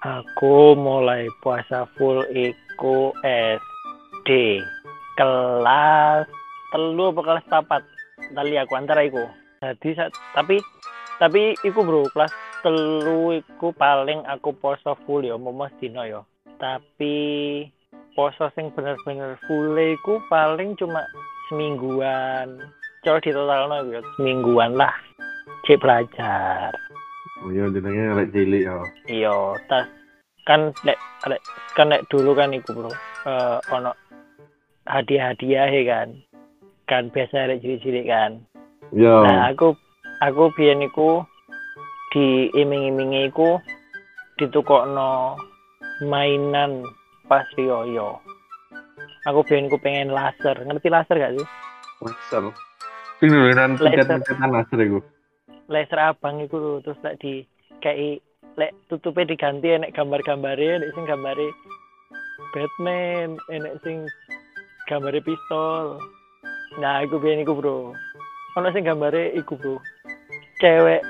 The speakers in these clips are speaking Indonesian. Aku mulai puasa full iku SD kelas telu apa kelas papat tali aku antara iku. Jadi sa- tapi tapi iku bro kelas telu iku paling aku poso full ya umpama sedina ya. Tapi poso sing bener-bener full iku paling cuma semingguan. Coba ditotalno iku ya semingguan lah. Cek belajar. Oh iya jenenge arek cilik ya. Iya, tas kan lek lek kan lek dulu kan iku bro. Eh ono hadiah-hadiah kan. Kan biasa ada cilik-cilik kan. Iya. Nah, aku aku biyen iku diiming-imingi iku ditukokno mainan pas riyo. Aku biyen iku pengen laser. Ngerti laser gak sih? Laser. Sing nurunan Laser. pencet-pencetan laser iku. Laser abang iku lho, terus lek di kayak lek tutupe diganti enek gambar-gambare, enek sing gambare Batman, enek sing gambare pistol. Nah, iku biyen iku, Bro. Ono sing gambare iku, Bro. Cewek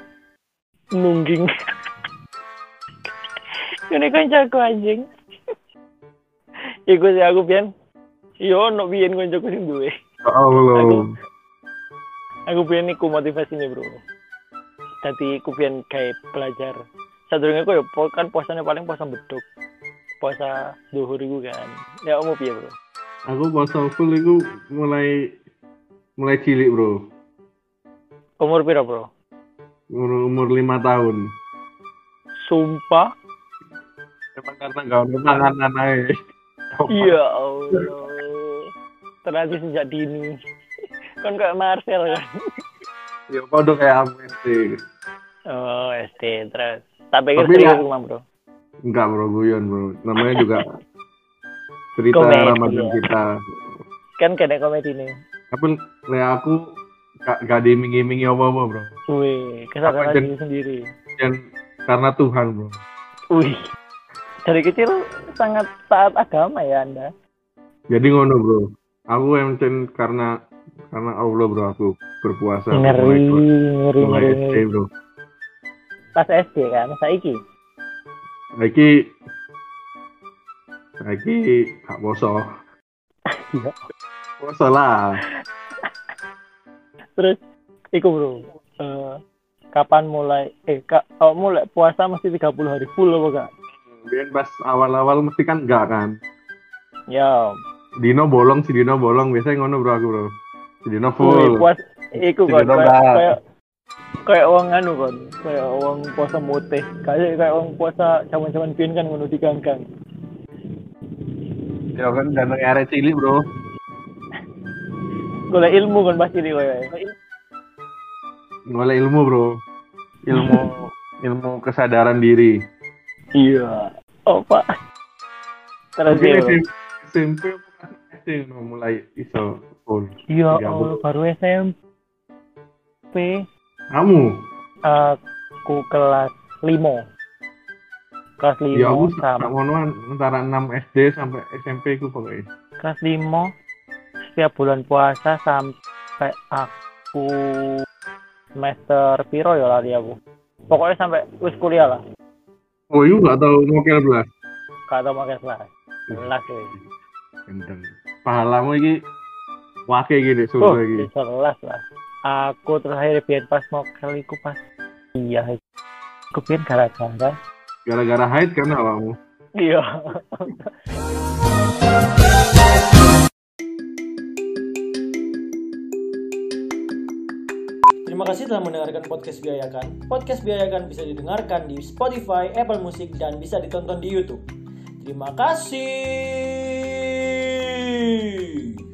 nungging. Ini kancaku anjing. iku sih aku biyen. Yo ono biyen kancaku sing duwe. Oh lho. Aku- aku biyen iku motivasinya bro dadi aku biyen kayak pelajar sadurunge aku ya po- kan puasanya paling puasa beduk puasa duhur iku kan ya kamu piye bro Aku poso full iku mulai mulai cilik, Bro. umur piro bro Umur umur 5 tahun. sumpah Emang karena gak ada panganan ae. iya Allah terlatih sejak dini kan kayak Marcel kan Ya padha kayak amin sih. oh SD terus tak pikir Tapi serius ya- cuma bro Enggak, Bro, guyon, Bro. Namanya juga cerita Komedi, Ramadan ya. kita. kan kena komedi nih Tapi le aku gak, gak diiming-imingi apa-apa, Bro. wih kesadaran Apa, Jen? diri sendiri Dan karena Tuhan, Bro. wih dari kecil sangat taat agama ya anda Jadi ngono, Bro. Aku emang karena karena Allah, Bro, aku berpuasa. Bro. ngeri ngeri Mulai ngeri SD, ngeri. Bro. pas SD kan saiki Saiki saiki gak poso. Iya. Poso lah. terus iku bro eh, kapan mulai eh kak oh, mulai puasa mesti 30 hari full apa gak Kemudian pas awal-awal mesti kan enggak kan. ya Dino bolong si Dino bolong biasanya ngono bro aku bro. Si Dino mulai full. puas iku Tidak kan kayak nambah. kayak kayak uang anu kan kayak uang puasa mutih kayak kayak uang puasa zaman-zaman pin kan ngono diganggang Ya kan dan arek cilik bro. golek ilmu kan pasti di kayak Ngoleh ilmu bro. Ilmu ilmu kesadaran diri. iya apa terus Mungkin ya, Bro. SMP SMP bukan SD no, mulai iso full. iya Tiga Allah, puluh. baru SMP Kamu aku Eh, kelas limo kelas ya limo aku Iya, sama tak ngono antara 6 SD sampai SMP ku pokoknya. kelas limo setiap bulan puasa sampai aku semester piro ya lali aku pokoknya sampai wis kuliah lah Oh iya gak tau ngokel belas. gak tau pakai kelas kelas ya Gendeng. Pahalamu iki wake gini oh surga iki. di kelas lah aku terakhir biar pas mau keliku pas iya aku biar gara-gara Gara-gara haid kan awakmu. iya Terima kasih telah mendengarkan podcast Biayakan. Podcast Biayakan bisa didengarkan di Spotify, Apple Music, dan bisa ditonton di YouTube. Terima kasih.